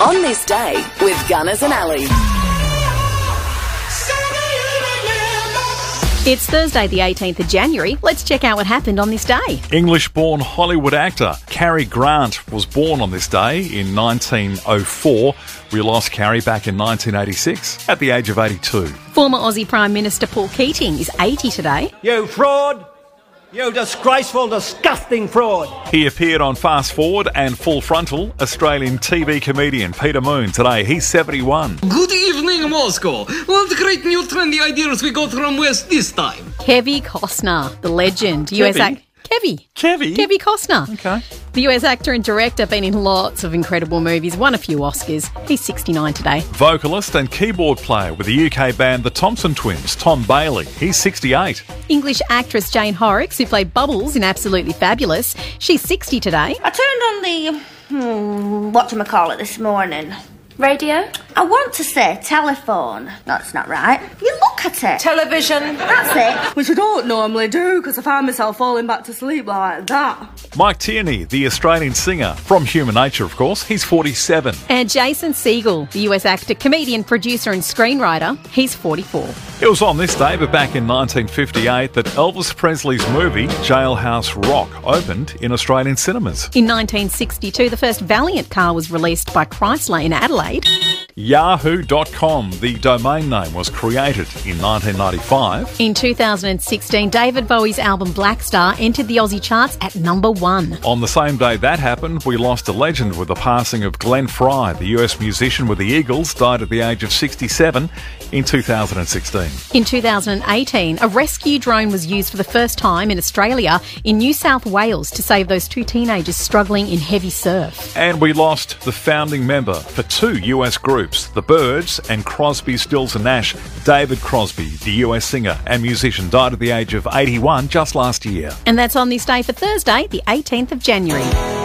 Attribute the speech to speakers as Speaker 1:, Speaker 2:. Speaker 1: On this day with Gunners and Alley.
Speaker 2: It's Thursday, the 18th of January. Let's check out what happened on this day.
Speaker 3: English born Hollywood actor Cary Grant was born on this day in 1904. We lost Cary back in 1986 at the age of 82.
Speaker 2: Former Aussie Prime Minister Paul Keating is 80 today.
Speaker 4: You fraud! You disgraceful, disgusting fraud!
Speaker 3: He appeared on Fast Forward and Full Frontal. Australian TV comedian Peter Moon today, he's 71.
Speaker 5: Good evening, Moscow. What great new trendy ideas we got from West this time?
Speaker 2: Kevy Costner, the legend, US
Speaker 3: Kevy?
Speaker 2: act. Kevy.
Speaker 3: Kevy?
Speaker 2: Kevy Costner.
Speaker 3: Okay.
Speaker 2: The US actor and director, been in lots of incredible movies, won a few Oscars. He's 69 today.
Speaker 3: Vocalist and keyboard player with the UK band The Thompson Twins, Tom Bailey, he's 68.
Speaker 2: English actress Jane Horrocks, who played Bubbles in Absolutely Fabulous, she's 60 today.
Speaker 6: I turned on the hmm, whatchamacallit this morning. Radio? I want to say telephone. That's not right. You look at it.
Speaker 7: television.
Speaker 6: That's it.
Speaker 8: Which I don't normally do because I find myself falling back to sleep like that.
Speaker 3: Mike Tierney, the Australian singer from Human Nature, of course, he's 47.
Speaker 2: And Jason Segel, the US actor, comedian, producer, and screenwriter, he's 44.
Speaker 3: It was on this day, but back in 1958, that Elvis Presley's movie Jailhouse Rock opened in Australian cinemas.
Speaker 2: In 1962, the first Valiant car was released by Chrysler in Adelaide.
Speaker 3: Yahoo.com, the domain name, was created in 1995.
Speaker 2: In 2016, David Bowie's album Black Star entered the Aussie charts at number one.
Speaker 3: On the same day that happened, we lost a legend with the passing of Glenn Fry, the US musician with the Eagles, died at the age of 67 in 2016.
Speaker 2: In 2018, a rescue drone was used for the first time in Australia in New South Wales to save those two teenagers struggling in heavy surf.
Speaker 3: And we lost the founding member for two US groups, the Birds and Crosby, Stills and Nash. David Crosby, the US singer and musician, died at the age of 81 just last year.
Speaker 2: And that's on this day for Thursday, the 18th of January.